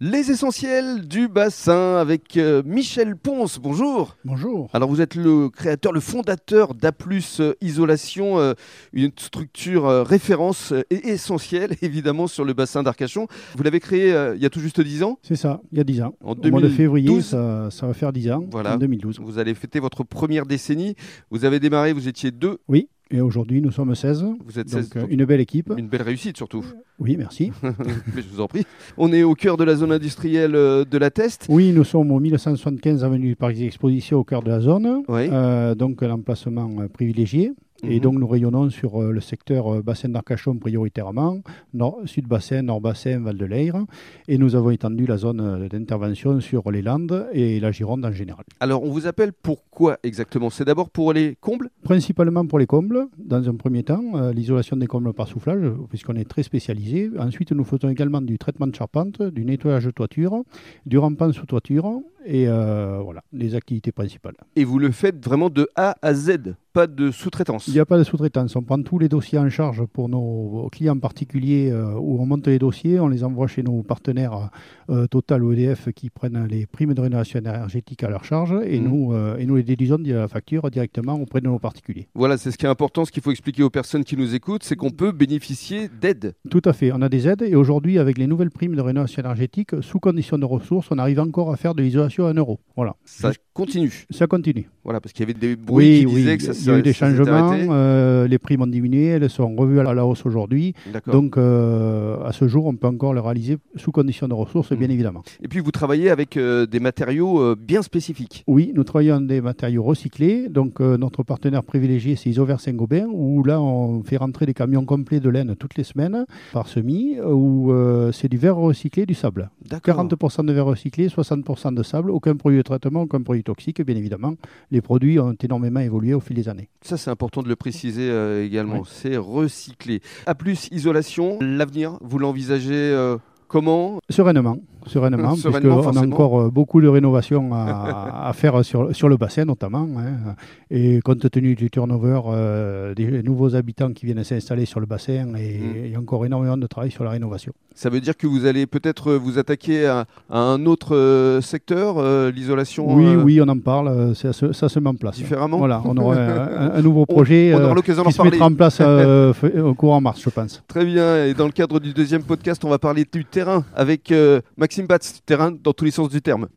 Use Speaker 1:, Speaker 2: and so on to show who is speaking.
Speaker 1: Les essentiels du bassin avec euh, Michel Ponce. Bonjour.
Speaker 2: Bonjour.
Speaker 1: Alors vous êtes le créateur, le fondateur d'A+ euh, Isolation, euh, une structure euh, référence euh, et essentielle évidemment sur le bassin d'Arcachon. Vous l'avez créé euh, il y a tout juste 10 ans,
Speaker 2: C'est ça, il y a 10 ans.
Speaker 1: en
Speaker 2: Au mois de
Speaker 1: 2012.
Speaker 2: février, ça, ça va faire 10 ans,
Speaker 1: Voilà.
Speaker 2: en 2012.
Speaker 1: Vous allez fêter votre première décennie. Vous avez démarré, vous étiez deux,
Speaker 2: Oui, et aujourd'hui, nous sommes 16.
Speaker 1: vous êtes 16.
Speaker 2: Donc, euh, une belle équipe.
Speaker 1: Une belle réussite surtout.
Speaker 2: Oui, merci.
Speaker 1: Mais je vous en prie. On est au cœur de la zone industrielle euh, de la Teste.
Speaker 2: Oui, nous sommes au 1175 avenue du Parc des Expositions, au cœur de la zone.
Speaker 1: Oui.
Speaker 2: Euh, donc, l'emplacement euh, privilégié. Et
Speaker 1: Mhm.
Speaker 2: donc, nous rayonnons sur euh, le secteur euh, bassin d'Arcachon prioritairement, nord, sud-bassin, nord-bassin, Val-de-Leyre. Et nous avons étendu la zone euh, d'intervention sur les Landes et la Gironde en général.
Speaker 1: Alors on vous appelle pourquoi exactement C'est d'abord pour les combles
Speaker 2: Principalement pour les combles, dans un premier temps, euh, l'isolation des combles par soufflage, puisqu'on est très spécialisé. Ensuite, nous faisons également du traitement de charpente, du nettoyage de toiture, du rampant sous toiture, et euh, voilà, les activités principales.
Speaker 1: et vous le faites vraiment de A à Z, pas de sous-traitance.
Speaker 2: Il n'y a pas de sous-traitance, on prend tous les dossiers en charge pour nos clients particuliers euh, où on monte les dossiers, on les envoie chez nos partenaires euh, Total ou EDF qui prennent les primes de rénovation énergétique à leur charge, et,
Speaker 1: Mhm.
Speaker 2: nous, euh, et nous les déduisons de la facture directement auprès de nos particuliers.
Speaker 1: Voilà, c'est ce qui est important, ce qu'il faut expliquer aux personnes qui nous écoutent, c'est qu'on peut bénéficier d'aide.
Speaker 2: Tout à fait. On a des aides et aujourd'hui, avec les nouvelles primes de rénovation énergétique, sous condition de ressources, on arrive encore à faire de l'isolation à 1 euro. Voilà.
Speaker 1: Ça
Speaker 2: Juste-
Speaker 1: continue.
Speaker 2: Ça continue.
Speaker 1: Voilà, parce qu'il y avait des bruits qui disaient que ça
Speaker 2: il y a eu des
Speaker 1: ça s'est
Speaker 2: changements.
Speaker 1: arrêté.
Speaker 2: euh, les primes ont diminué, elles sont revues à la hausse aujourd'hui.
Speaker 1: D'accord.
Speaker 2: Donc, euh, à ce jour, on peut encore le réaliser sous condition de ressources, bien
Speaker 1: Mhm.
Speaker 2: évidemment.
Speaker 1: Et puis vous travaillez avec euh, des matériaux euh, bien spécifiques.
Speaker 2: Oui, nous travaillons des matériaux recyclés. Donc, euh, notre partenaire privilégié, c'est Isover Saint-Gobain, où là, on fait rentrer des camions complets de laine toutes les semaines par semis, où euh, c'est du verre recyclé, du sable.
Speaker 1: D'accord.
Speaker 2: 40% de verre recyclé, 60% de sable, aucun produit de traitement, aucun produit toxique, bien évidemment. Les produits ont énormément évolué au fil des années.
Speaker 1: Ça, c'est important de le préciser euh, également.
Speaker 2: Oui.
Speaker 1: C'est recyclé. A plus isolation, l'avenir, vous l'envisagez euh, comment
Speaker 2: Sereinement,
Speaker 1: Sereinement,
Speaker 2: sereinement, puisqu'on a
Speaker 1: forcément.
Speaker 2: encore euh, beaucoup de rénovations à, à faire sur, sur le bassin notamment. hein. Et compte tenu du turnover, euh, des nouveaux habitants qui viennent s'installer sur le bassin, et
Speaker 1: Mm.
Speaker 2: il y a encore énormément de travail sur la rénovation.
Speaker 1: Ça veut dire que vous allez peut-être euh, vous attaquer à, à un autre euh, secteur, euh, l'isolation
Speaker 2: oui,
Speaker 1: euh,
Speaker 2: oui, on en parle, euh, ça, se- ça se met en place.
Speaker 1: différemment
Speaker 2: Voilà, on aura un, un- un nouveau projet
Speaker 1: On
Speaker 2: euh,
Speaker 1: aura l'occasion d'en
Speaker 2: qui se
Speaker 1: parler.
Speaker 2: mettra en place euh, f- au courant mars, je pense.
Speaker 1: Très bien. Et dans le cadre du deuxième podcast, on va parler du terrain avec euh, Maxime Batz. Terrain dans tous les sens du terme.